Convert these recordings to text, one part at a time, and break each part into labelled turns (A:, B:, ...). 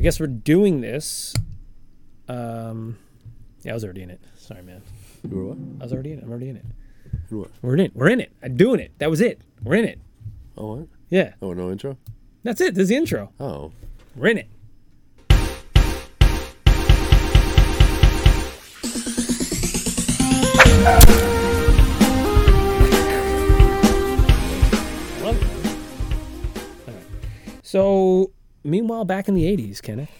A: guess we're doing this. Um, yeah, I was already in it. Sorry, man.
B: You were what?
A: I was already in it. I'm already in it.
B: You were what?
A: We're in it. We're in it. I'm doing it. That was it. We're in it.
B: Oh, what?
A: Yeah.
B: Oh, no intro?
A: That's it. This is the intro.
B: Oh.
A: We're in it. Love it. All right. So, meanwhile, back in the 80s, Kenneth.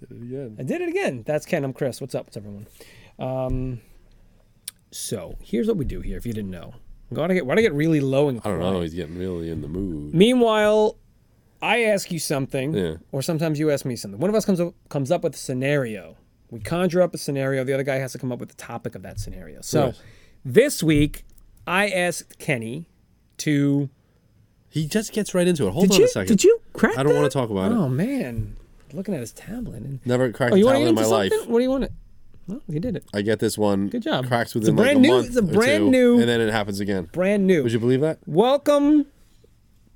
B: Did it again.
A: I did it again. That's Ken. I'm Chris. What's up? What's everyone? Um, so here's what we do here. If you didn't know, why do I get why do I get really low and
B: I don't
A: quiet?
B: know. He's getting really in the mood.
A: Meanwhile, I ask you something,
B: Yeah.
A: or sometimes you ask me something. One of us comes up, comes up with a scenario. We conjure up a scenario. The other guy has to come up with the topic of that scenario. So
B: Yes.
A: this week, I asked Kenny to.
B: He just gets right into it. Hold
A: did
B: on
A: you?
B: a second.
A: Did you crack?
B: I don't want
A: that?
B: to talk about
A: Oh
B: it.
A: man, looking at his tablet. And,
B: Never cracked
A: oh,
B: a
A: you want to
B: tablet
A: get
B: in
A: into
B: my life.
A: something? What do you want to? Well, you did it.
B: I get this one.
A: Good job.
B: Cracks
A: It's a
B: within like
A: brand
B: a
A: new-
B: month
A: it's a
B: or
A: brand
B: two,
A: new-
B: And then it happens again.
A: Brand new.
B: Would you believe that?
A: Welcome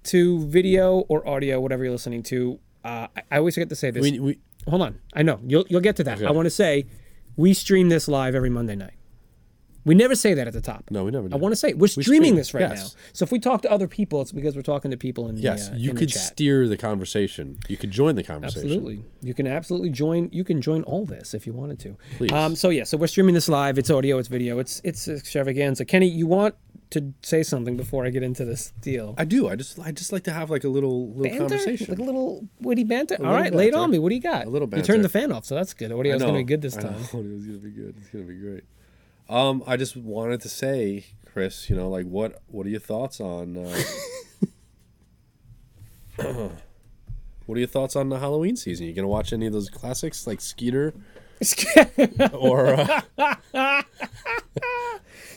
A: to video or audio, whatever you're listening to. Uh, I- I always forget to say this.
B: We, we,
A: Hold on, I know you'll you'll get to that.
B: Okay.
A: I want to say we stream this live every Monday night. We never say that at the top.
B: no, we never did.
A: I want to say we're
B: stream,
A: streaming this right
B: yes.
A: now. So if we talk to other people, it's because we're talking to people in
B: Yes,
A: the uh,
B: you
A: in the
B: could
A: chat.
B: steer the conversation. You could join the conversation.
A: Absolutely. You can absolutely join. You can join all this if you wanted to.
B: Please.
A: Um, so yeah, so we're streaming this live. It's audio. It's video. It's it's extravaganza. Kenny, you want to say something before I get into this deal?
B: I do. I just I just like to have like a little little
A: banter?
B: conversation.
A: Like a little witty banter. All
B: little
A: right, lay it
B: banter.
A: on me. What do you got?
B: A little
A: You turned
B: banter.
A: the fan off, so that's good. Audio's
B: I
A: gonna be
B: know,
A: good this
B: I
A: time.
B: know. Audio's gonna be good. It's gonna be great. Um, I just wanted to say, Chris, you know, like what what are your thoughts on uh, what are your thoughts on the Halloween season? You gonna watch any of those classics like Skeeter or uh,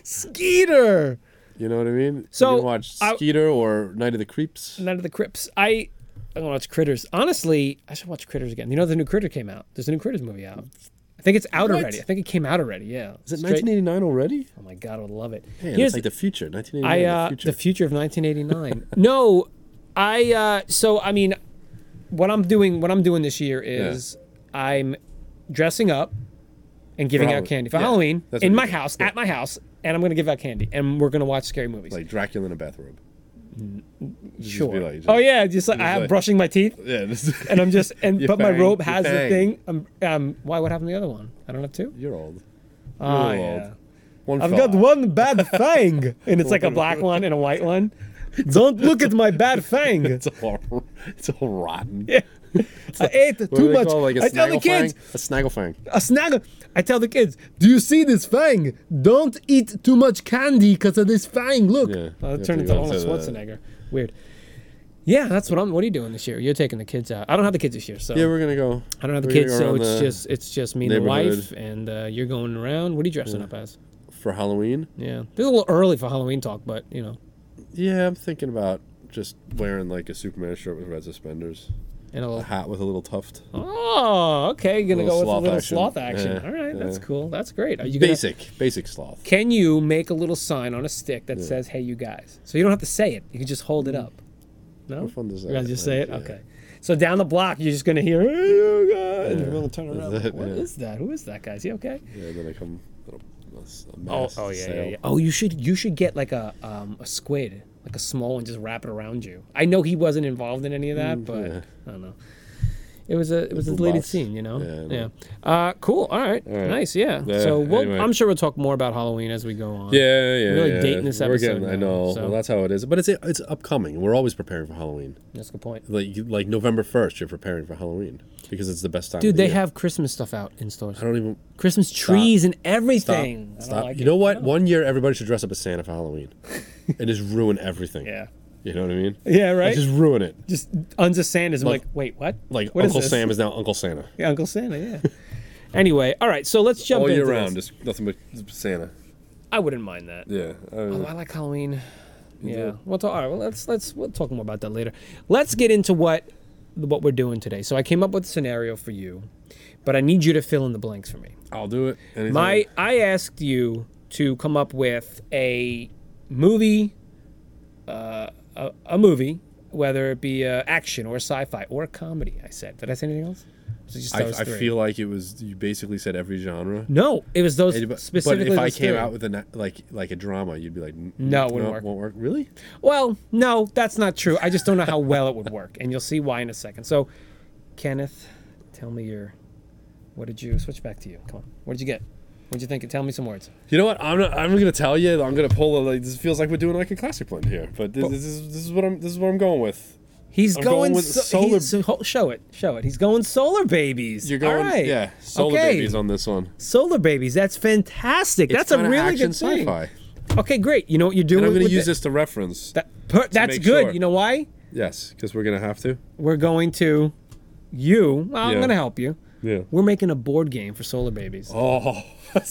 A: Skeeter,
B: you know what I mean?
A: So,
B: you gonna watch
A: I-
B: Skeeter or Night of the Creeps.
A: Night of the Crips. I I want to watch Critters. Honestly, I should watch Critters again. You know, the new Critter came out. There's a new Critters movie out. I think it's out
B: What?
A: already. I think it came out already. Yeah.
B: Is it
A: Straight-
B: 1989 already?
A: Oh my god, I would love it.
B: Man,
A: Here's
B: it's like the future. 1989.
A: I uh,
B: the future.
A: the future of 1989. no, I uh, so I mean, what I'm doing what I'm doing this year is I'm dressing up and giving out
B: Halloween.
A: candy for
B: Yeah,
A: Halloween
B: that's
A: in
B: what
A: my
B: you do.
A: house at my house, and I'm gonna give out candy, and we're gonna watch scary movies.
B: like Dracula in a bathrobe.
A: sure.
B: like- just-
A: oh yeah, just like I'm
B: like-
A: brushing my teeth.
B: Yeah,
A: And I'm just and
B: Your
A: but my
B: fang,
A: robe
B: your
A: has the
B: fang.
A: thing. Um, um, why? What happened to the other one? I don't have two.
B: you're old.
A: Oh,
B: old.
A: yeah.
B: One
A: I've got
B: five.
A: one bad fang, and it's like a black one and a white one. Don't look at my bad fang.
B: It's all, it's all rotten.
A: I ate
B: What do
A: too
B: they
A: much.
B: call it, like a
A: I tell the
B: snagglefang?
A: kids,
B: A snagglefang.
A: a snaggle. I tell the kids, do you see this fang? Don't eat too much candy because of this fang. Look.
B: Yeah,
A: Well, it
B: yeah,
A: turned
B: you
A: into
B: gotta
A: Arnold
B: say that.
A: Schwarzenegger. Weird. Yeah, that's what I'm. What are you doing this year? You're taking the kids out. I don't have the kids this year, so
B: Yeah, we're gonna go.
A: I don't have the
B: we're gonna
A: kids,
B: go
A: so
B: around
A: it's
B: the-
A: just it's just me and the wife,
B: neighborhood.
A: and uh, you're going around. What are you dressing up as?
B: for Halloween.
A: Yeah, this is a little early for Halloween talk, but you know,
B: Yeah, I'm thinking about just wearing like a Superman shirt with red suspenders,
A: in a
B: a
A: little.
B: hat with a little tuft.
A: Oh, okay. You're gonna go with
B: Little
A: a
B: sloth
A: little
B: action.
A: sloth action.
B: Yeah,
A: All right, that's
B: yeah.
A: cool. That's great. Are you gonna,
B: Basic, basic sloth.
A: Can you make a little sign on a stick that says "Hey, you guys"? So you don't have to say it. You can just hold it up. No,
B: What fun does
A: You
B: that
A: guys
B: is,
A: just say it.
B: Mm. yeah.
A: Okay. So down the block, you're just gonna hear "Hey, you guys," and you're gonna turn around.
B: That's
A: like,
B: it,
A: What is
B: yeah.
A: that? Who is that guy? Is he okay?
B: Yeah, then I come. Little, a s- a
A: Oh,
B: mask
A: oh yeah, yeah,
B: sail.
A: yeah. Oh, you should you should get like a um a squid, like a small one, just wrap it around you. I know he wasn't involved in any of that, but
B: Mm, yeah.
A: I don't know. It was a it was a
B: Little
A: deleted
B: box.
A: scene, you know.
B: Yeah, I know.
A: Yeah. Uh, cool. All right.
B: right.
A: Nice. Yeah.
B: Yeah,
A: so we'll,
B: anyway.
A: I'm sure we'll talk more about Halloween as we go on.
B: Yeah, yeah,
A: really
B: yeah.
A: dating this
B: We're
A: episode
B: getting- I
A: now,
B: know.
A: so-
B: Well, that's how it is. But it's it's upcoming. We're always preparing for Halloween.
A: That's a good point.
B: Like you- like November first, you're preparing for Halloween because it's the best time.
A: Dude,
B: of the
A: they
B: year.
A: have Christmas stuff out in stores.
B: I don't even
A: Christmas trees and
B: Stop.
A: everything. I don't
B: Stop.
A: like
B: you
A: it.
B: know what? One year, everybody should dress up as Santa for Halloween and just ruin everything.
A: Yeah.
B: You know what I mean?
A: Yeah, right?
B: Like, just ruin it.
A: Just uns of Santa's. I'm like,
B: Like-
A: wait, what?
B: Like
A: What is
B: Uncle
A: this?
B: Sam is now Uncle Santa.
A: Yeah, Uncle Santa. Yeah. anyway, all right. So let's jump
B: All
A: into
B: year
A: this.
B: round, just nothing but Santa.
A: I wouldn't mind that.
B: Yeah.
A: Oh, I like Halloween. Yeah.
B: do.
A: We'll talk. All right. Well, let's let's we'll talk more about that later. Let's get into what what we're doing today. So I came up with a scenario for you, but I need you to fill in the blanks for me.
B: I'll do it. anytime.
A: My I asked you to come up with a movie, uh, a, a movie, whether it be uh, action or sci-fi or comedy. I said. Did I say anything else? So just
B: I,
A: those
B: I
A: three.
B: feel like it was you basically said every genre.
A: no, it was those
B: And- but- But
A: specifically.
B: if I
A: those
B: came
A: three.
B: out with a na- like like a drama, you'd be like, "N-
A: No, it wouldn't work."
B: Won't work. Really?
A: Well, no, that's not true. I just don't know how well it would work, and you'll see why in a second. So, Kenneth, tell me your. What did you switch back to you? Come on, what did you get? What did you think? Tell me some words.
B: You know what? I'm not, I'm gonna tell you. I'm gonna pull a like. This feels like we're doing like a classic blend here, but this, this is this is what I'm this is what I'm going with.
A: He's
B: I'm
A: going,
B: going with
A: so-
B: solar-
A: he's- so- ho- show it, show it. He's going solar babies.
B: You're going
A: All right.
B: yeah. Solar
A: Okay.
B: babies on this one.
A: Solar babies. That's fantastic.
B: It's
A: that's a
B: kinda
A: really
B: action
A: good thing.
B: sci-fi.
A: Okay, great. You know what you're doing.
B: And I'm gonna
A: with
B: use
A: it?
B: this to reference.
A: That, per, that's
B: make
A: good.
B: sure.
A: You know why?
B: yes, because we're gonna have to.
A: We're going to you. Well, I'm
B: Yeah.
A: going to help you.
B: Yeah.
A: We're making a board game for solar babies.
B: Oh.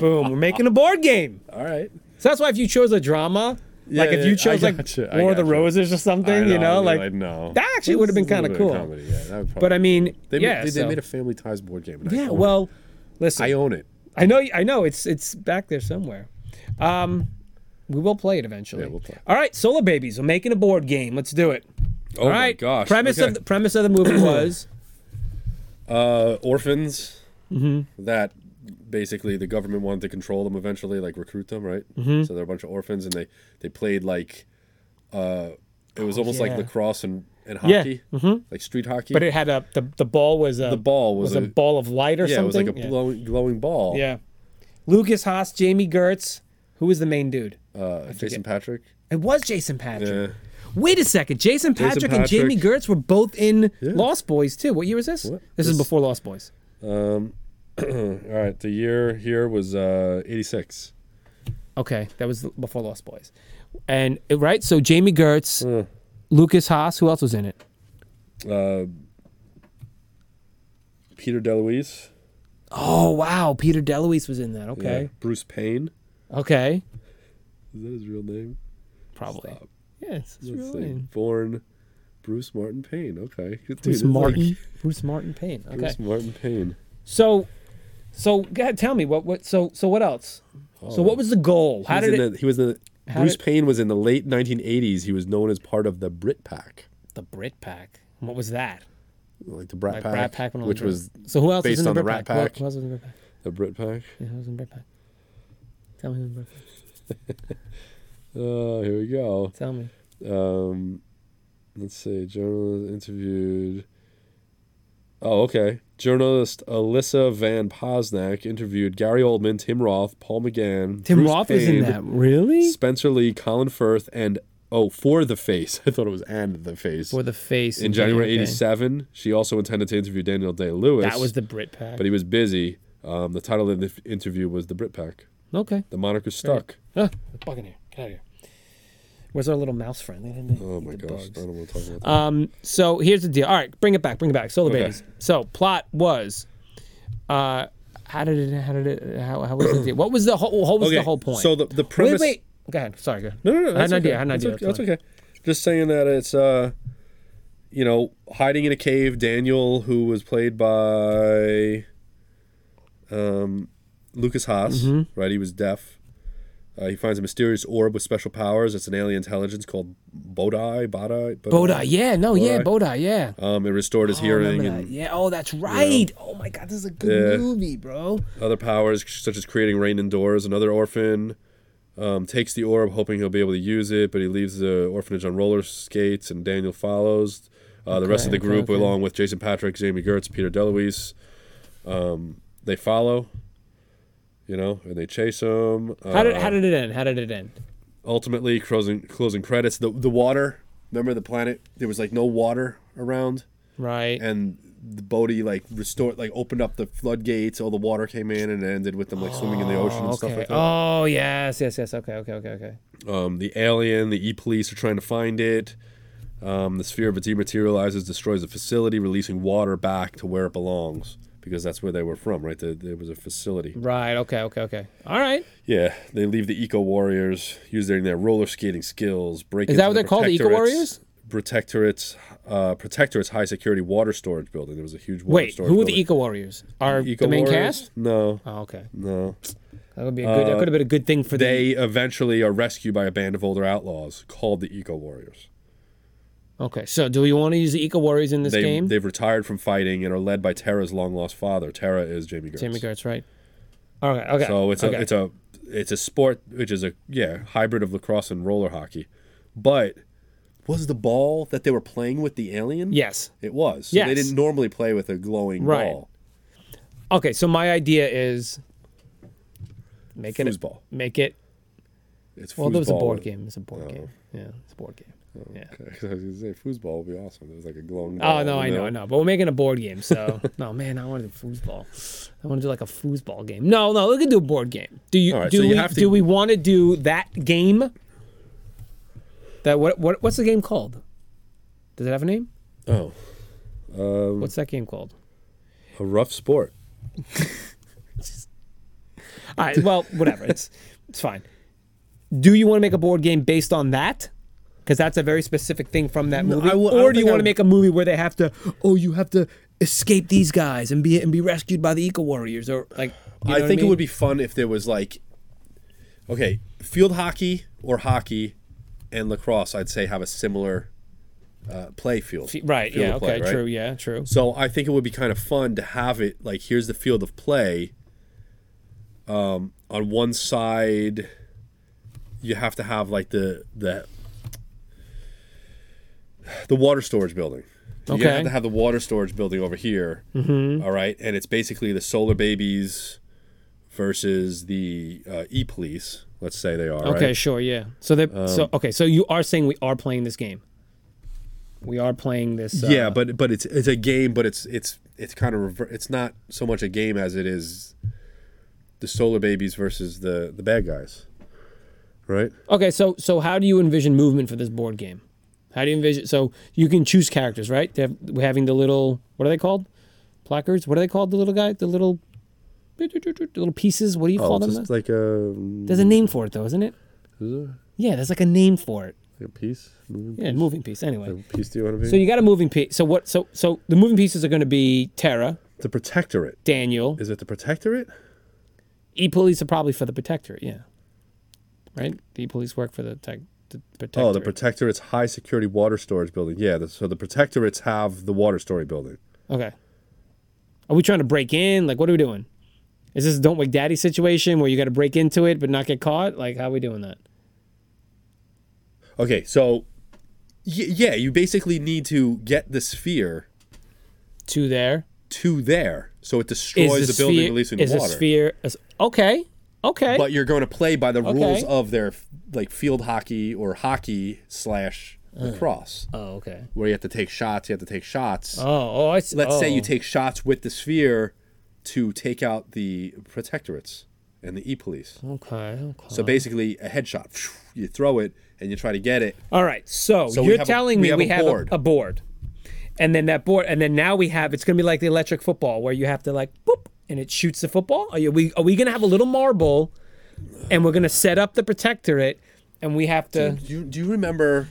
A: Boom. We're making a board game.
B: All right.
A: So that's why if you chose a drama, like
B: Yeah,
A: if you
B: yeah,
A: chose
B: I
A: like
B: gotcha, I
A: War of the
B: gotcha.
A: Roses or something,
B: I
A: you know,
B: I'd be
A: like
B: no.
A: that actually would've been
B: This is a
A: kinda
B: little bit of
A: cool.
B: comedy, Yeah, that would
A: But I mean,
B: They made,
A: yeah,
B: they, they
A: so-
B: made a Family Ties board game. And I
A: yeah.
B: own it.
A: Well, listen,
B: I
A: I,
B: own it.
A: know, I know, it's it's back there somewhere. Um, we will play it eventually.
B: Yeah, we'll play.
A: All right, Solar Babies. We're making a board game. Let's do it.
B: Oh
A: All right. Premise of the, premise of the movie was
B: uh, orphans
A: Mm-hmm.
B: that basically the government wanted to control them eventually, like recruit them, right?
A: Mm-hmm.
B: So they're a bunch of orphans, and they they played like uh, it was almost
A: Oh, yeah.
B: like lacrosse and and
A: Yeah, Mm-hmm.
B: hockey, like street hockey.
A: But it had a the, the ball was a
B: the ball was,
A: was
B: a,
A: a ball of light or
B: yeah, it was
A: something.
B: like a glowing, glowing ball.
A: yeah. yeah. Lucas Haas, Jamie Gertz, who was the main dude?
B: uh, Jason Patrick.
A: It was Jason Patrick.
B: Yeah.
A: Wait a second, Jason Patrick, and
B: Patrick.
A: Jamie Gertz were both in Lost Boys too. What year was this? This is
B: This-
A: before Lost Boys.
B: All right, the year here was uh, eighty six.
A: Okay, that was before Lost Boys, and right. So Jamie Gertz,
B: Mm.
A: Lucas Haas, who else was in it?
B: Peter DeLuise.
A: Oh wow, Peter DeLuise was in that. Okay,
B: Yeah. Bruce Payne.
A: okay,
B: Is that his real name?
A: probably. Yes, yeah,
B: Let's
A: it's
B: see.
A: really
B: Born Bruce Martin Payne. Okay. Dude,
A: Bruce
B: this is like
A: Martin. Bruce Martin Payne. Okay.
B: Bruce Martin Payne.
A: So, so go ahead, tell me what what so so what else? So what was the goal? How
B: He was
A: did
B: Oh.
A: it?
B: in the- he was in the
A: how
B: Bruce
A: did-
B: Payne was in the late 1980s. He was known as part of the Brit Pack,
A: the Brit Pack. What was that?
B: like the Brat
A: Like
B: Pack,
A: Brat Pack, when I
B: which
A: little.
B: was
A: so who else was
B: based
A: in the
B: on the
A: Brit
B: Rat
A: Pack? Who-
B: Pack.
A: Who, else was in the Brit Pack?
B: the Brit Pack.
A: Yeah, who was in the Brit Pack? Tell me who was in the Brit Pack.
B: Uh, here we go.
A: Tell me.
B: Um, let's see. Journalist interviewed. Oh, okay. Journalist Alyssa Van Posnack interviewed Gary Oldman, Tim Roth, Paul McGann,
A: Tim
B: Bruce
A: Roth was in
B: Payne,
A: that. Really?
B: Spencer Lee, Colin Firth, and oh, for the face. I thought it was and the face.
A: For the face.
B: in
A: okay,
B: January
A: okay.
B: '87, she also intended to interview Daniel Day Lewis.
A: That was the Brit Pack.
B: but he was busy. Um, the title of the f- interview was "The Brit Pack."
A: okay.
B: The moniker stuck.
A: Ah, the Buccaneer. Get out of here. Where's our little mouse friend? Look at the-
B: Oh my
A: the
B: gosh,
A: dogs.
B: I don't want to talk about that.
A: Um, so here's the deal. All right, bring it back, bring it back. Solar
B: Okay.
A: babies. So plot was, uh, how did it? How did it? How, how was the deal? What was the whole? What was the
B: Okay,
A: whole point?
B: so the- the premise-
A: Wait, wait. Go ahead. Sorry. Go ahead.
B: no, no,
A: I
B: no.
A: had
B: That's
A: an
B: okay.
A: idea. I had an
B: that's
A: idea.
B: Okay. That's okay. Just saying that it's uh, you know, hiding in a cave. Daniel, who was played by, um, Lucas Haas,
A: Mm-hmm.
B: right? He was deaf. Uh, he finds a mysterious orb with special powers. It's an alien intelligence called Bodai. Bodai.
A: Bodai. Yeah. No. Yeah. Bodai. Yeah.
B: Um, it restored his
A: Oh, I remember
B: hearing
A: that.
B: and
A: yeah. Oh, that's right. Oh my God, this is a good
B: Yeah.
A: movie, bro.
B: other powers, such as creating rain indoors. Another orphan um, takes the orb, hoping he'll be able to use it, but he leaves the orphanage on roller skates, and Daniel follows. Uh, the rest of the
A: okay,
B: group,
A: okay.
B: along with Jason Patrick, Jamie Gertz, Peter DeLuise, um, they follow. You know, and they chase him. Uh,
A: How did How did it end? How did it end?
B: ultimately, closing closing credits. The the water. Remember the planet? There was like no water around
A: Right.
B: and the Bodhi like restored, like opened up the floodgates. All the water came in, and it ended with them like swimming in the ocean and stuff
A: okay.
B: like that.
A: Oh yes. Yes. Yes. Okay. Okay. Okay. Okay.
B: Um, the alien, the E police are trying to find it. Um, the sphere of it dematerializes, destroys the facility, releasing water back to where it belongs because that's where they were from, right? The, there was a facility.
A: Right. Okay. Okay. Okay. All right.
B: Yeah, they leave the eco warriors using their roller skating skills. Break
A: Is that
B: into
A: what
B: the
A: they're called, the Eco
B: Protectorate's-
A: Warriors?
B: Protectorate's, uh, Protectorate's high security water storage building. There was a huge water
A: Wait.
B: storage.
A: Who were the
B: building.
A: Eco Warriors? Are the main
B: Warriors? Uh,
A: cast?
B: No,
A: Oh, okay.
B: no.
A: That would be a good. that could have been a good thing for
B: They eventually are rescued by a band of older outlaws called the Eco Warriors.
A: the. Okay, so do you want to use the Eco Warriors in this
B: they,
A: game?
B: They've retired from fighting and are led by Tara's long lost father. Tara is Jamie Gertz.
A: Jamie Gertz, right? Okay, okay.
B: So it's a
A: okay.
B: it's a it's a sport which is a yeah hybrid of lacrosse and roller hockey, but was the ball that they were playing with the alien?
A: yes.
B: it was. So they
A: Yes.
B: didn't normally play with a glowing
A: Right.
B: ball.
A: Okay, so my idea is make it
B: Foosball.
A: make it.
B: It's
A: Well, there was a
B: foosball Oh.
A: board
B: with-
A: game. It's a board game. Yeah, it's a board game. Yeah.
B: 'Cause I was gonna say foosball would be awesome. It was like a glowing.
A: Oh
B: Ball,
A: no, I
B: you
A: know, I know. But we're making a board game, so no, man, I want to do foosball. I want to do like a foosball game. No, no, we could do a board game. Do you
B: All right,
A: do
B: so you
A: we
B: have to-
A: do we want to do that game? That what what what's the game called? Does it have a name?
B: Oh, Um,
A: What's that game called?
B: a rough sport.
A: All right, well, whatever. It's it's fine. Do you want to make a board game based on that? Because that's a very specific thing from that movie.
B: I w- I don't
A: or do you
B: think I
A: want to
B: would-
A: make a movie where they have to? Oh, you have to escape these guys and be and be rescued by the Eco Warriors, or like. you know what
B: I think it
A: mean?
B: would be fun if there was like, okay, field hockey or hockey, and lacrosse. I'd say have a similar uh, play field.
A: Right.
B: field
A: Yeah.
B: of play,
A: Okay.
B: right?
A: True. Yeah. True.
B: So I think it would be kind of fun to have it like here's the field of play. Um, on one side, you have to have like the the the water storage building. You
A: Okay.
B: have to have the water storage building over here. Mm-hmm. right, and it's basically the solar babies versus the uh, e police. Let's say they are.
A: Okay.
B: Right? Um,
A: Sure. Yeah. So they. so okay. So you are saying we are playing this game. We are playing this. Uh,
B: Yeah, but but it's it's a game, but it's it's it's kind of rever- it's not so much a game as it is the solar babies versus the the bad guys, right?
A: Okay. So so how do you envision movement for this board game? How do you envision? So you can choose characters, right? They have, we're having the little. What are they called? Placards. What are they called? The little guy. The little. The little pieces. What do you call
B: Oh, it's
A: them?
B: just like um, a,
A: There's a name for it, though, isn't it? Yeah. There's like a name for it.
B: like a piece, moving
A: Yeah. Moving piece. Anyway.
B: piece. Do you want to be
A: So you got a moving piece. So what? So so the moving pieces are going to be Tara,
B: the protectorate?
A: Daniel,
B: Is it the protectorate?
A: E police are probably for the protectorate, yeah. Right? The E police work for the tech the protectorate.
B: Oh, the protectorate's high security water storage building. Yeah, the, so the protectorates have the water storage building.
A: okay. Are we trying to break in? Like, what are we doing? Is this a don't wake daddy situation where you got to break into it but not get caught? Like, how are we doing that?
B: Okay, so y- yeah, you basically need to get the sphere
A: Two there.
B: to there, so it
A: Is
B: destroys the,
A: sphere,
B: building, releasing
A: is
B: water.
A: a sphere? is- okay, okay.
B: but you're going to play by the rules
A: Okay.
B: of their like field hockey or hockey slash lacrosse,
A: oh, okay.
B: where you have to take shots. You have to take shots.
A: Oh, oh, I see.
B: Let's say you
A: oh.
B: take shots with the sphere to take out the protectorates and the e police.
A: Oh, Okay, okay.
B: So basically, a headshot. Phew, You throw it and you try to get it.
A: All right. So,
B: we
A: you're
B: have a-
A: telling
B: we
A: me
B: have
A: we
B: a
A: have
B: board.
A: A, a board. And then that board and then now we have it's going to be like the electric football where you have to like boop and it shoots the football. Are you, we are we going to have a little marble and we're going to set up the protectorate and we have to
B: Do you, do you remember?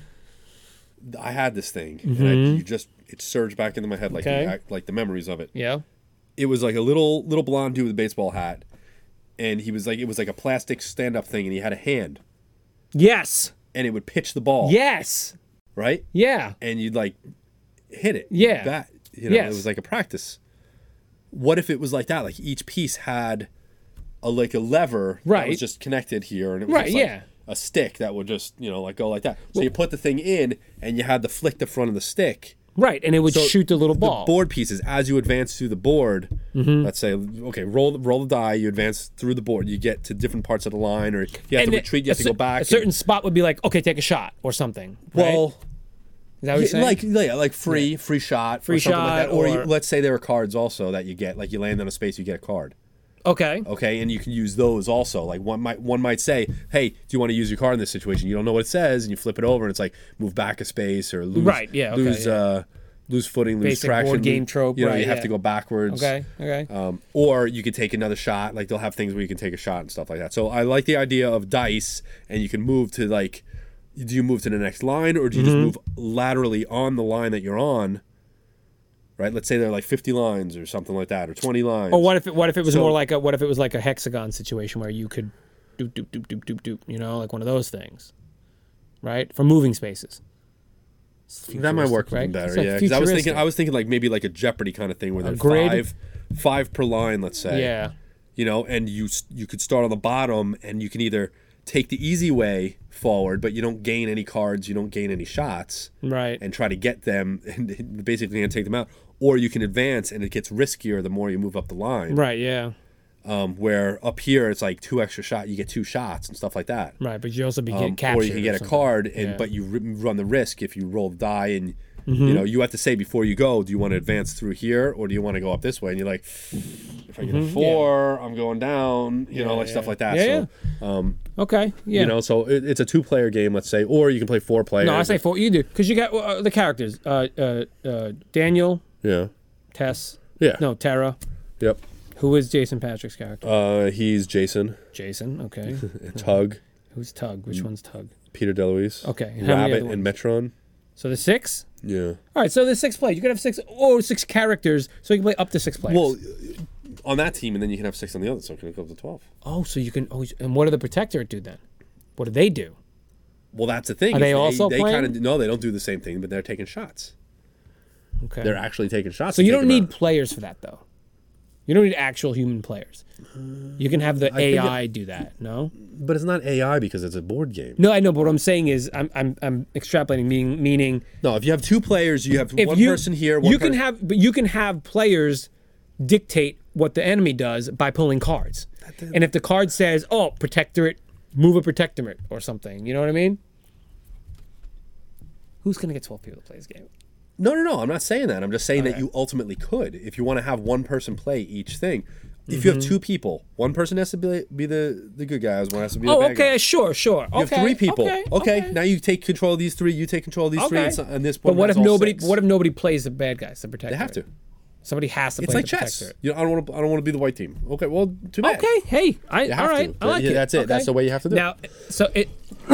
B: I had this thing, and I, you just it surged back into my head like
A: Mm-hmm. Okay.
B: the, act- like the memories of it.
A: yeah.
B: it was like a little little blonde dude with a baseball hat and he was like it was like a plastic stand-up thing and he had a hand
A: Yes.
B: and it would pitch the ball
A: Yes.
B: right
A: Yeah.
B: and you'd like hit it
A: Yeah.
B: that you know
A: Yes.
B: it was like a practice what if it was like that like each piece had a like a lever that
A: Right.
B: was just connected here and it was
A: Right,
B: just, like,
A: yeah.
B: a stick that would just you know like go like that so you put the thing in and you had to flick the front of the stick
A: Right. And it would shoot the little ball.
B: board pieces as you advance through the board. Let's say, okay, roll roll the die. You advance through the board. You get to different parts of the line, or you have
A: and
B: to
A: it-
B: retreat. You have
A: a
B: to go
A: cer-
B: back.
A: A
B: and-
A: certain spot would be like, okay, take a shot or something. right?
B: well,
A: is that what you're
B: yeah,
A: saying?
B: like yeah, like free free shot, free something like
A: shot
B: that. Or, you-
A: or-
B: let's say there are cards also that you get. Like you land on a space, you get a card.
A: okay.
B: Okay, and you can use those also. Like one might one might say, "Hey, do you want to use your card in this situation?" You don't know what it says, and you flip it over, and it's like move back a space or lose
A: Right, yeah, okay,
B: lose
A: yeah.
B: uh, lose footing, lose
A: Basic
B: traction.
A: board game
B: lose-
A: trope,
B: You know,
A: right,
B: you have
A: yeah.
B: to go backwards.
A: Okay. Okay.
B: Um, or you could take another shot. Like they'll have things where you can take a shot and stuff like that. So I like the idea of dice, and you can move to like, do you move to the next line, or do you
A: Mm-hmm.
B: just move laterally on the line that you're on? Right. Let's say there are like 50 lines or something like that, or 20 lines.
A: Or Oh, what if it, what if it was
B: So-
A: more like a what if it was like a hexagon situation where you could doop doop doop doop doop doop you know like one of those things, right? For moving spaces.
B: That might work
A: right?
B: even better.
A: It's like
B: yeah, 'cause I was thinking,
A: futuristic.
B: I was thinking like maybe like a Jeopardy kind of thing where there's
A: grid?
B: five, five per line, let's say.
A: Yeah.
B: You know, and you s- you could start on the bottom, and you can either take the easy way forward, but you don't gain any cards, you don't gain any shots,
A: Right.
B: and try to get them, and basically gonna take them out. Or you can advance, and it gets riskier the more you move up the line.
A: right. Yeah.
B: Um, where up here it's like two extra shot, you get two shots and stuff like that.
A: Right. But you also be
B: Um,
A: get captured.
B: or you can get a
A: something.
B: card and
A: Yeah.
B: but you ri- run the risk if you roll the die and
A: Mm-hmm.
B: you know you have to say before you go do you want to advance through here or do you want to go up this way and you're like if i get a four i'm going down you know
A: Yeah,
B: like
A: Mm-hmm.
B: stuff
A: yeah.
B: like that
A: Yeah,
B: so um
A: Okay. Yeah.
B: you know so it, it's a two-player game let's say or you can play four players
A: no, I say four. You do because you got uh, the characters. Uh, uh, uh, Daniel,
B: yeah
A: Tess.
B: yeah
A: No, Tara.
B: yep
A: Who is Jason Patrick's character?
B: uh he's jason
A: Jason. Okay. Mm-hmm.
B: tug
A: Who's Tug?
B: Hmm.
A: Which one's Tug?
B: peter deluise
A: Okay, and how many
B: rabbit
A: other
B: and metron
A: So there's six.
B: yeah
A: All right. So there's six players. You could have six or six characters, so you can play up to six players.
B: well on that team and then you can have six on the other so it can go up to 12
A: oh, so you can. Oh, and what do the Protectorate do then? What do they do?
B: Well, that's the thing.
A: Are
B: is
A: they also playing?
B: Kind of, no, they don't do the same thing, but they're taking shots.
A: Okay.
B: They're actually taking shots.
A: So
B: to
A: you
B: take
A: don't
B: them
A: need
B: out.
A: players for that, though. You don't need actual human players. You can have the
B: think it-
A: AI do that. No,
B: but it's not AI because it's a board game.
A: no, I know, but what I'm saying is, I'm I'm, I'm extrapolating. Meaning, meaning
B: No, if you have two players, you have
A: if
B: one
A: you
B: person here. One
A: you can
B: person-
A: have, but you can have players dictate what the enemy does by pulling cards. And if the card says, "Oh, protectorate, move a protectorate" or something, you know what I mean? Who's gonna get 12 people to play this game?
B: No, no, no. I'm not saying that. I'm just saying that you ultimately could if you want to have one person play each thing. If you have
A: Mm-hmm.
B: two people, one person has to be, be the, the good guys, one has to be
A: Oh,
B: the bad guy.
A: okay, sure, sure.
B: You have
A: okay,
B: three people.
A: Okay,
B: Okay, now you take control of these three. You take control of these three. And, so, and this
A: but
B: one.
A: what if
B: has all
A: nobody?
B: Six.
A: What if nobody plays the bad guys? The protector.
B: they have to?
A: Somebody has to
B: It's
A: play
B: like
A: the
B: chess.
A: protector.
B: You know, I don't want to. I don't want to be the white team. Okay, well, too bad.
A: Okay. Hey. I,
B: have
A: all
B: to,
A: right. I
B: but
A: like
B: yeah,
A: it.
B: that's it. That's
A: Okay.
B: the way you have to do it.
A: Now, so it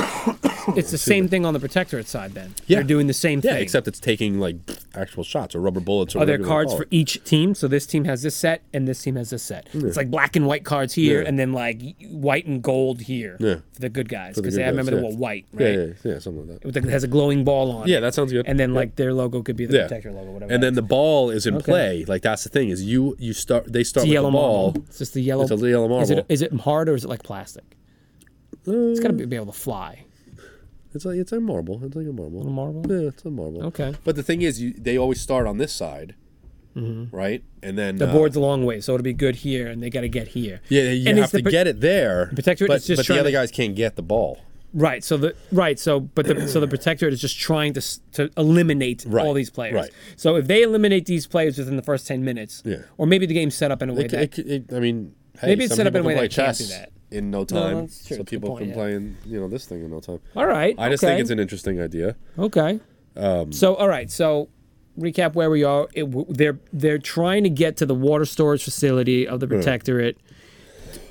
A: it's the same thing on the protectorate side. Then
B: Yeah.
A: they're doing the same
B: Yeah,
A: thing.
B: except it's taking like actual shots or rubber bullets. Or
A: are there cards for each team? So this team has this set, and this team has this set. It's like black and white cards here,
B: Yeah.
A: and then like y- white and gold here
B: Yeah.
A: for the good guys
B: the
A: because
B: good
A: they I remember
B: guys,
A: they
B: yeah.
A: were white,
B: Yeah,
A: right?
B: yeah, yeah, something like that.
A: With the- It has a glowing ball on. it.
B: Yeah, that sounds good.
A: And then like their logo could be the
B: yeah.
A: protector logo, whatever.
B: And
A: that
B: then
A: is.
B: the ball is in play. Like that's the thing is you you start they start
A: It's a
B: with
A: yellow
B: the ball.
A: marble. It's just the yellow.
B: It's a yellow marble.
A: Is it is it hard or is it like plastic? it's got to be, be able to fly.
B: It's like it's a marble. It's like a marble.
A: A marble.
B: Yeah, it's a marble.
A: Okay.
B: But the thing is, you, they always start on this side, right? And then
A: Mm-hmm.
B: uh,
A: The board's a long way, so it'll be good here, and they got to get here.
B: Yeah, you
A: And it's
B: have
A: the
B: to
A: pro-
B: get it there.
A: protectorate
B: but,
A: is just
B: but the
A: trying
B: other
A: to-
B: guys can't get the ball.
A: Right. So the right. So but the so the protectorate is just trying to s- to eliminate
B: Right,
A: all these players.
B: right.
A: So if they eliminate these players within the first ten minutes,
B: Yeah.
A: or maybe the game's set up in a way
B: It,
A: that
B: it, it, I mean, hey,
A: Maybe it's
B: some
A: set up
B: people
A: in a way
B: can play
A: that it can't do
B: chess
A: that.
B: in no time.
A: that's true.
B: So
A: That's a good
B: people
A: point,
B: can
A: yeah.
B: play in you know this thing in no time.
A: all right.
B: I just
A: okay.
B: think it's an interesting idea.
A: Okay.
B: Um,
A: so all right. So recap where we are. It, w- they're they're trying to get to the water storage facility of the
B: Hmm.
A: protectorate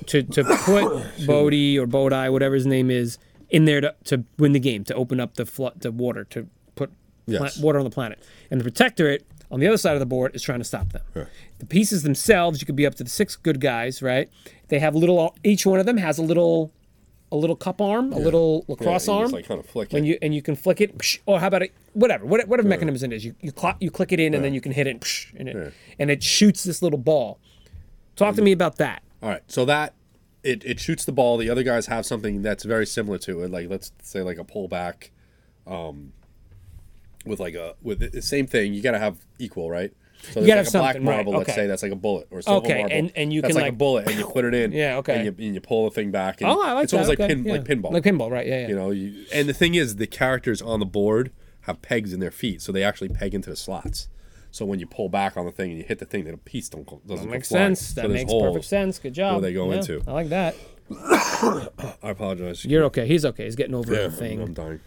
A: to to put Bodhi or Bodhi, whatever his name is, in there to, to win the game, to open up the flood, the water, to put pla-
B: Yes.
A: water on the planet. And the protectorate on the other side of the board is trying to stop them. The pieces themselves, you could be up to the six good guys, right? They have little. Each one of them has a little. A little cup arm, a little lacrosse
B: Yeah, you
A: arm
B: just, like kind of flick
A: when
B: it.
A: you and you can flick it, psh, or how about it? Whatever, what- whatever mechanism it is, you you, clock, you click it in, and then you can hit it, psh, and it, and it shoots this little ball. Talk to me about that.
B: All right, so that it, it shoots the ball. The other guys have something that's very similar to it, like let's say like a pullback, um, with like a with the same thing. You gotta have equal, right? So
A: gotta
B: there's
A: have
B: like a black
A: something, right,
B: marble. Let's
A: okay.
B: say that's like a bullet or a silver
A: Okay,
B: marble.
A: and- and you
B: that's
A: can,
B: like,
A: like-
B: a bullet, and you put it in.
A: Yeah, okay.
B: And you, and you pull the thing back. And
A: Oh, I like
B: it's
A: that.
B: almost like
A: okay,
B: pin,
A: yeah.
B: like pinball.
A: like pinball, right? Yeah, yeah.
B: You know, you, and the thing is, the characters on the board have pegs in their feet, so they actually peg into the slots. So when you pull back on the thing and you hit the thing, the piece don't go, doesn't go
A: makes
B: flying.
A: sense.
B: So
A: That
B: there's
A: makes perfect
B: holes.
A: sense. Good job.
B: they go
A: Yeah,
B: into.
A: I like that.
B: I apologize.
A: You're okay. He's okay. He's getting over Oh, the
B: I'm,
A: thing.
B: dying.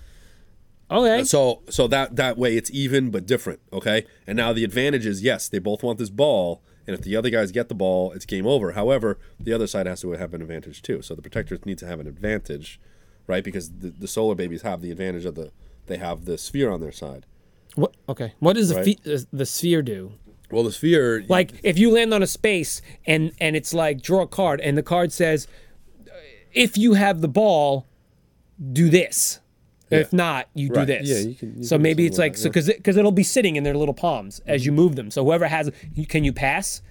A: Okay.
B: So so that that way it's even but different. Okay. And now the advantage is yes, they both want this ball, and if the other guys get the ball, it's game over. However, the other side has to have an advantage too. So the protectors need to have an advantage, right? Because the, the solar babies have the advantage of the they have the sphere on their side.
A: What? Okay. What does the
B: Right.
A: fe- the, the sphere do?
B: Well, the sphere
A: Like if you land on a space and and it's like draw a card and the card says if you have the ball do this. If not, you do
B: Right.
A: this.
B: Yeah, you can- you
A: so
B: can
A: maybe
B: do
A: it's
B: something
A: like
B: like Mm-hmm.
A: so because because it'll be sitting in their little palms as you move them. So whoever has, you- can you pass?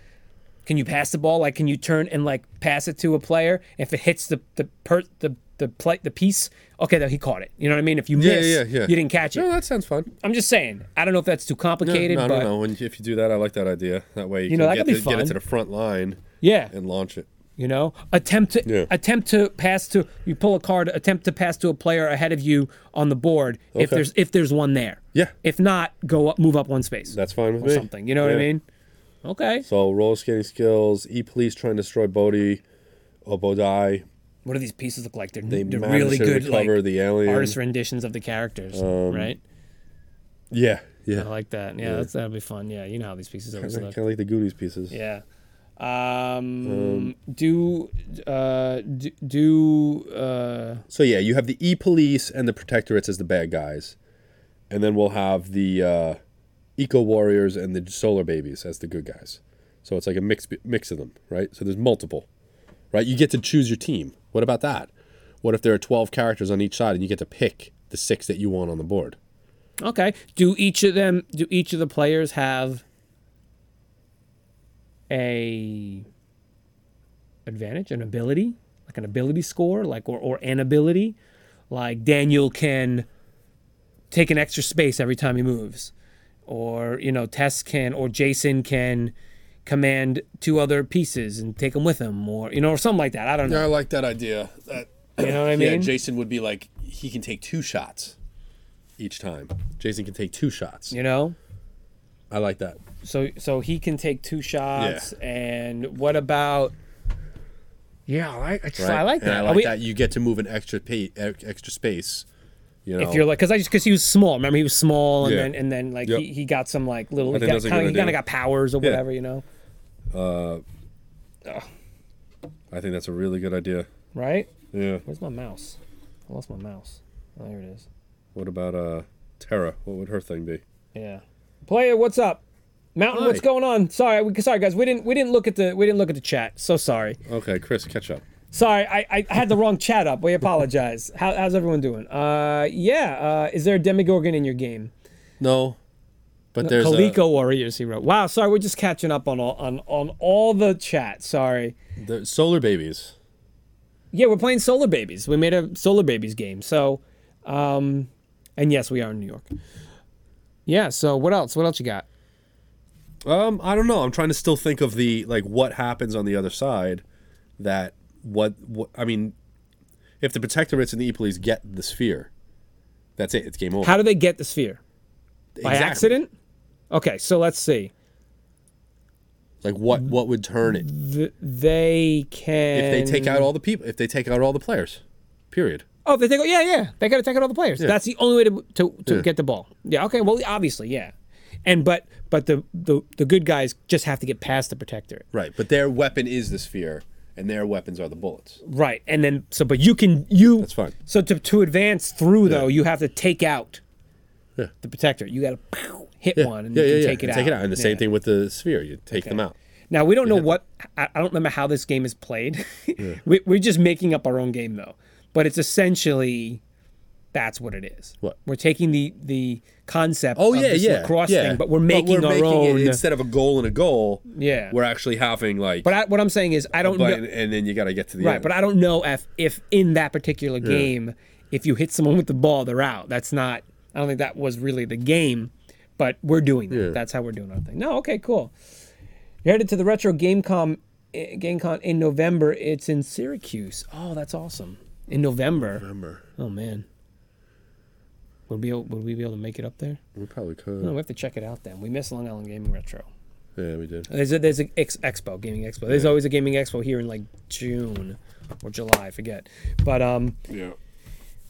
A: Can you pass the ball? Like, can you turn and like pass it to a player? If it hits the the per, the the play, the piece, okay, then he caught it. You know what I mean? If you
B: Yeah,
A: miss,
B: yeah, yeah.
A: you didn't catch it.
B: No, that sounds fun.
A: I'm just saying. I don't know if that's too
B: No,
A: complicated,
B: no,
A: but
B: no, no. When, if you do that, I like that idea. That way you,
A: know, that
B: can
A: could
B: get,
A: be
B: the- get
A: fun.
B: it to the front line
A: yeah,
B: and launch it.
A: you know, attempt to
B: Yeah.
A: attempt to pass to you pull a card, attempt to pass to a player ahead of you on the board if
B: Okay.
A: there's if there's one there.
B: Yeah.
A: If not, go up, move up one space
B: That's fine with
A: or
B: me.
A: something. You know what I
B: Yeah.
A: mean? Okay.
B: So roller skating skills, E police trying to destroy Bodhi or Bodai.
A: What do these pieces look like? They're, they
B: They
A: are
B: managed
A: really
B: to
A: good
B: recover
A: like
B: the alien.
A: artist renditions of the characters, right?
B: Yeah,
A: I
B: yeah.
A: like that. Yeah, That's, that'd be fun. Yeah, you know how these pieces always
B: Kind
A: look.
B: of like the Goonies pieces.
A: Yeah. Um, do uh do, do uh
B: So yeah, you have the E police and the Protectorates as the bad guys, and then we'll have the uh, Eco Warriors and the Solar Babies as the good guys. So it's like a mix mix of them, right? So there's multiple, right? You get to choose your team. What about that? What if there are 12 characters on each side and you get to pick the six that you want on the board?
A: Okay. Do each of them? Do each of the players have a advantage, an ability, like an ability score, like or or an ability, like Daniel can take an extra space every time he moves, or you know Tess can or Jason can command two other pieces and take them with him, or you know or something like that. I don't know.
B: I like that idea. That
A: You know what I mean?
B: Jason would be like he can take two shots each time. Jason can take two shots.
A: You know.
B: I like that.
A: So so he can take two shots. And what about? Yeah, I like, I, just, I
B: right?
A: like
B: And
A: that.
B: I
A: Are
B: like
A: we-
B: that. You get to move an extra pa- ex- extra space. You know,
A: If you're like, because I just because he was small. Remember, he was small, and
B: Yeah.
A: then and then like
B: Yep.
A: he, he got some like little. He
B: think
A: got
B: that's a
A: kind
B: good
A: of he kind of
B: idea.
A: got powers or whatever, you know,
B: I think that's a really good idea.
A: right?
B: Yeah.
A: Where's my mouse? I lost my mouse. Oh, here it is.
B: What about uh, Terra? What would her thing be?
A: Yeah. Player, what's up? Mountain, what's
B: Hi.
A: going on? Sorry, we, sorry guys, we didn't we didn't look at the we didn't look at the chat. So sorry.
B: Okay, Chris, catch up.
A: Sorry, I, I had the wrong chat up. We apologize. How, how's everyone doing? Uh, yeah. Uh, is there a Demigorgon in your game?
B: No, but there's a-
A: Coleco Warriors. He wrote. Wow. Sorry, we're just catching up on all on on all the chat. Sorry.
B: the solar babies.
A: Yeah, we're playing Solar Babies. We made a Solar Babies game. So, um, and yes, we are in New York. Yeah. So what else? What else you got?
B: Um, I don't know. I'm trying to still think of the like what happens on the other side. That what, what I mean, if the protectorates and the e police get the sphere, that's it. It's game over.
A: How do they get the sphere? By
B: Exactly.
A: accident? Okay. So let's see.
B: Like what? What would turn it?
A: Th- they can.
B: If they take out all the people, if they take out all the players, period.
A: Oh, if they take. Yeah, yeah. They got to take out all the players. That's the only way to to, to
B: Yeah.
A: get the ball. Yeah. Okay. Well, obviously, yeah. And but but the, the the good guys just have to get past the protector.
B: Right, but their weapon is the sphere, and their weapons are the bullets.
A: Right. And then so but you can you
B: That's fine.
A: So to to advance through though, you have to take out
B: Yeah.
A: the protector. You gotta pow, hit one and
B: yeah,
A: you can
B: yeah, yeah.
A: take it
B: And
A: out.
B: take it out. And the
A: Yeah.
B: same thing with the sphere. You take them out.
A: Now we don't know what I, I don't remember how this game is played. we, we're just making up our own game though, but it's essentially that's what it is.
B: What?
A: we're taking the the concept.
B: Oh
A: of
B: yeah,
A: this
B: yeah.
A: lacrosse
B: yeah.
A: thing, but we're making our own.
B: it- instead of a goal and a goal.
A: Yeah.
B: we're actually having like.
A: but I, what I'm saying is, I don't
B: but-
A: know.
B: and then you got to get to the
A: Right,
B: end.
A: but I don't know if if in that particular game, if you hit someone with the ball, they're out. That's not. I don't think that was really the game, but we're doing that. That's how we're doing our thing. No, okay, cool. You're headed to the retro GameCom eh, GameCon in November. It's in Syracuse. Oh, that's awesome. In November.
B: Remember,
A: Oh man. Would we, would we be able to make it up there?
B: we probably
A: No,
B: could.
A: we have to check it out then. We missed Long Island Gaming Retro.
B: Yeah, we did.
A: There's a, there's a ex- expo, gaming expo. There's always a gaming expo here in like June or July, I forget. But um,
B: Yeah.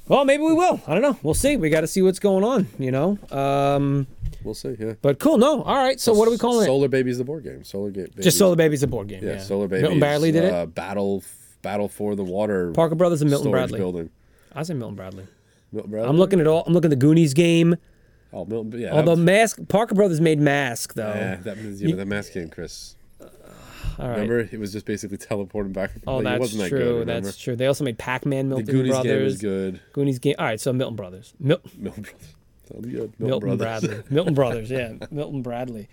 A: well, maybe we will. I don't know. We'll see. We got to see what's going on, you know. Um,
B: We'll see. Yeah.
A: but cool. No, all right. So what are we calling it?
B: Solar Babies, the board game. Solar Gate. Babies.
A: Just Solar Babies, a board game.
B: Yeah,
A: Yeah,
B: Solar Babies.
A: Milton Bradley did
B: Uh,
A: it.
B: battle, battle for the water.
A: Parker Brothers and Milton
B: storage
A: Bradley.
B: building.
A: I say Milton Bradley.
B: Milton Bradley.
A: I'm looking at all. I'm looking at the Goonies game.
B: Oh, Milton. Yeah. that
A: Although
B: was-
A: Mask Parker Brothers made Mask though.
B: Yeah, that means you know, the mask game, Chris.
A: all right.
B: Remember, it was just basically teleporting back. and forth.
A: Oh,
B: Like, it
A: that's
B: wasn't that
A: true.
B: Good, remember?
A: that's true. They also made Pac-Man,
B: the
A: Milton
B: Goonies game
A: Brothers,
B: was good.
A: Goonies game. All right, so Milton Brothers, Mil-
B: Milton Brothers. That'll be good. Milton,
A: Milton
B: Brothers.
A: Bradley, Milton Brothers. Yeah, Milton Bradley.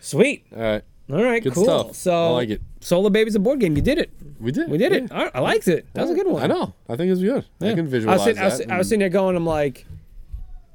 A: Sweet.
B: All right,
A: All right,
B: good
A: cool.
B: stuff.
A: So
B: I like it.
A: Solar Baby's a board game. You did it.
B: We did.
A: We did
B: yeah.
A: it. All right, I liked it. That was a good one.
B: I know. I think it's good. I
A: Yeah.
B: can
A: I
B: visualize
A: was, sitting,
B: that.
A: I was, I was
B: and- Mm.
A: sitting there going, I'm like,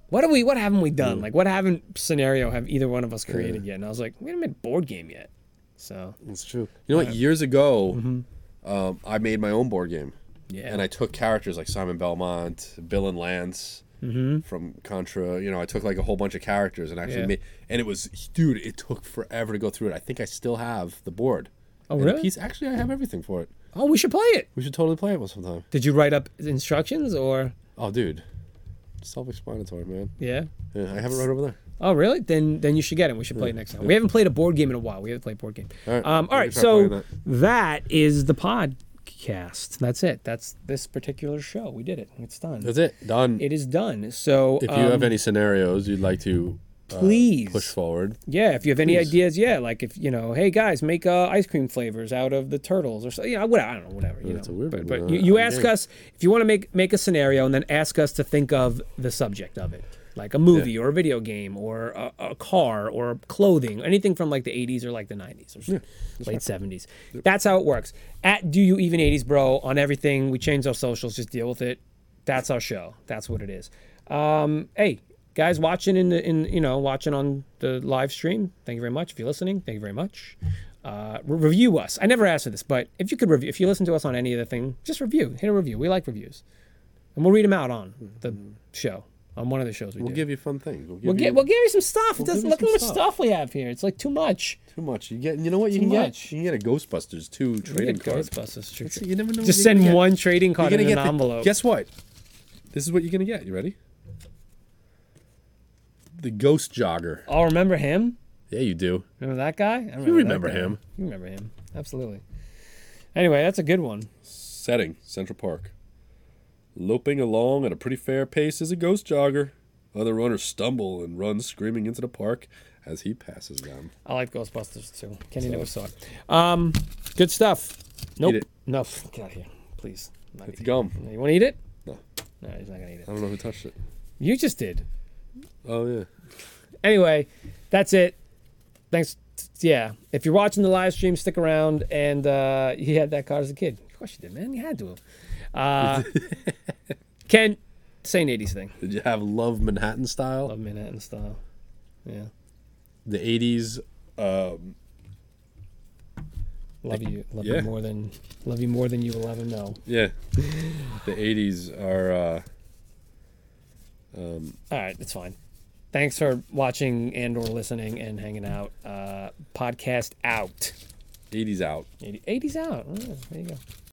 A: what have we? What haven't we done? Like, what haven't scenario have either one of us created yet? And I was like, we haven't made a board game yet. So
B: It's true. You know what? Years ago,
A: Mm-hmm.
B: um, I made my own board game.
A: Yeah.
B: And I took characters like Simon Belmont, Bill and Lance from Contra. You know, I took like a whole bunch of characters and actually
A: Mm-hmm. Yeah.
B: made. And it was, dude, it took forever to go through it. I think I still have the board.
A: Oh,
B: and the
A: really?
B: Piece. Actually, I have everything for it.
A: Oh, we should play it.
B: We should totally play it one sometime.
A: Did you write up instructions or
B: Oh, dude. Self-explanatory, man.
A: yeah?
B: Yeah, I have it right over there.
A: Oh, really? Then then you should get it. We should play it next time. We haven't played a board game in a while. We haven't played a board game.
B: All right.
A: Um, all
B: Let me
A: right.
B: try
A: So
B: playing that.
A: that is the podcast. That's it. That's this particular show. We did it. It's done.
B: That's it. Done.
A: it is done. So
B: if you
A: um,
B: have any scenarios you'd like to uh,
A: please
B: push forward,
A: Yeah, if you have any
B: Please.
A: ideas, yeah, like if you know, hey guys, make uh, ice cream flavors out of the turtles or so, you know, whatever. I don't know, whatever. You
B: That's
A: know.
B: a weird
A: but,
B: one,
A: but
B: uh,
A: you, you
B: I'm
A: ask
B: game.
A: us if you want to make make a scenario and then ask us to think of the subject of it, like a movie or a video game or a, a car or clothing, anything from like the '80s or like the '90s or late '70s. That's how it works. At do you even '80s, bro? On everything, we change our socials. Just deal with it. That's our show. That's what it is um, hey guys watching in the in you know watching on the live stream thank you very much if you're listening thank you very much uh, re- review us i never asked for this but if you could review if you listen to us on any other thing just review hit a review we like reviews and we'll read them out on the show on one of the shows we
B: we'll
A: do
B: give you fun things. We'll give
A: we'll,
B: you
A: get, we'll give you some stuff it doesn't
B: give you
A: look how
B: some
A: much
B: stuff.
A: stuff we have here it's like too much
B: Too much. You get. You know what? You can
A: much.
B: get. You can get a Ghostbusters two
A: We
B: trading
A: get
B: card.
A: Ghostbusters trick-
B: You never know. what
A: just
B: you're gonna
A: send
B: get.
A: one trading
B: You're
A: card in
B: gonna
A: an
B: get the-
A: envelope
B: guess what? This is what you're gonna get. You ready? The Ghost Jogger.
A: i'll remember him
B: Yeah, you do.
A: Remember that guy? I remember that
B: remember
A: guy.
B: him.
A: You remember him. Absolutely. Anyway, that's a good one.
B: Setting: Central Park. Loping along at a pretty fair pace is a ghost jogger. Other runners stumble and run screaming into the park as he passes them.
A: I like Ghostbusters too. Kenny never saw it. Um, good stuff. Nope.
B: it.
A: No, pff, get out of here, please. I'm not
B: It's
A: eating
B: gum.
A: it. You want to eat it?
B: No,
A: No, he's not gonna eat it.
B: I don't know who touched it.
A: You just did.
B: Oh yeah.
A: Anyway, that's it. Thanks. Yeah, if you're watching the live stream, stick around. And uh, you had that card as a kid. Of course you did, man. You had to. have. Uh, Ken, say an '80s thing.
B: Did you have Love Manhattan style?
A: Love Manhattan style. Yeah.
B: The 80s. Um,
A: Love you. Love
B: yeah.
A: you more than love you more than you will ever know.
B: yeah. the 80s are. Uh,
A: All right, it's fine. Thanks for watching and or listening and hanging out. Uh, podcast out.
B: 80s out.
A: 80, 80s out. Oh, there you go.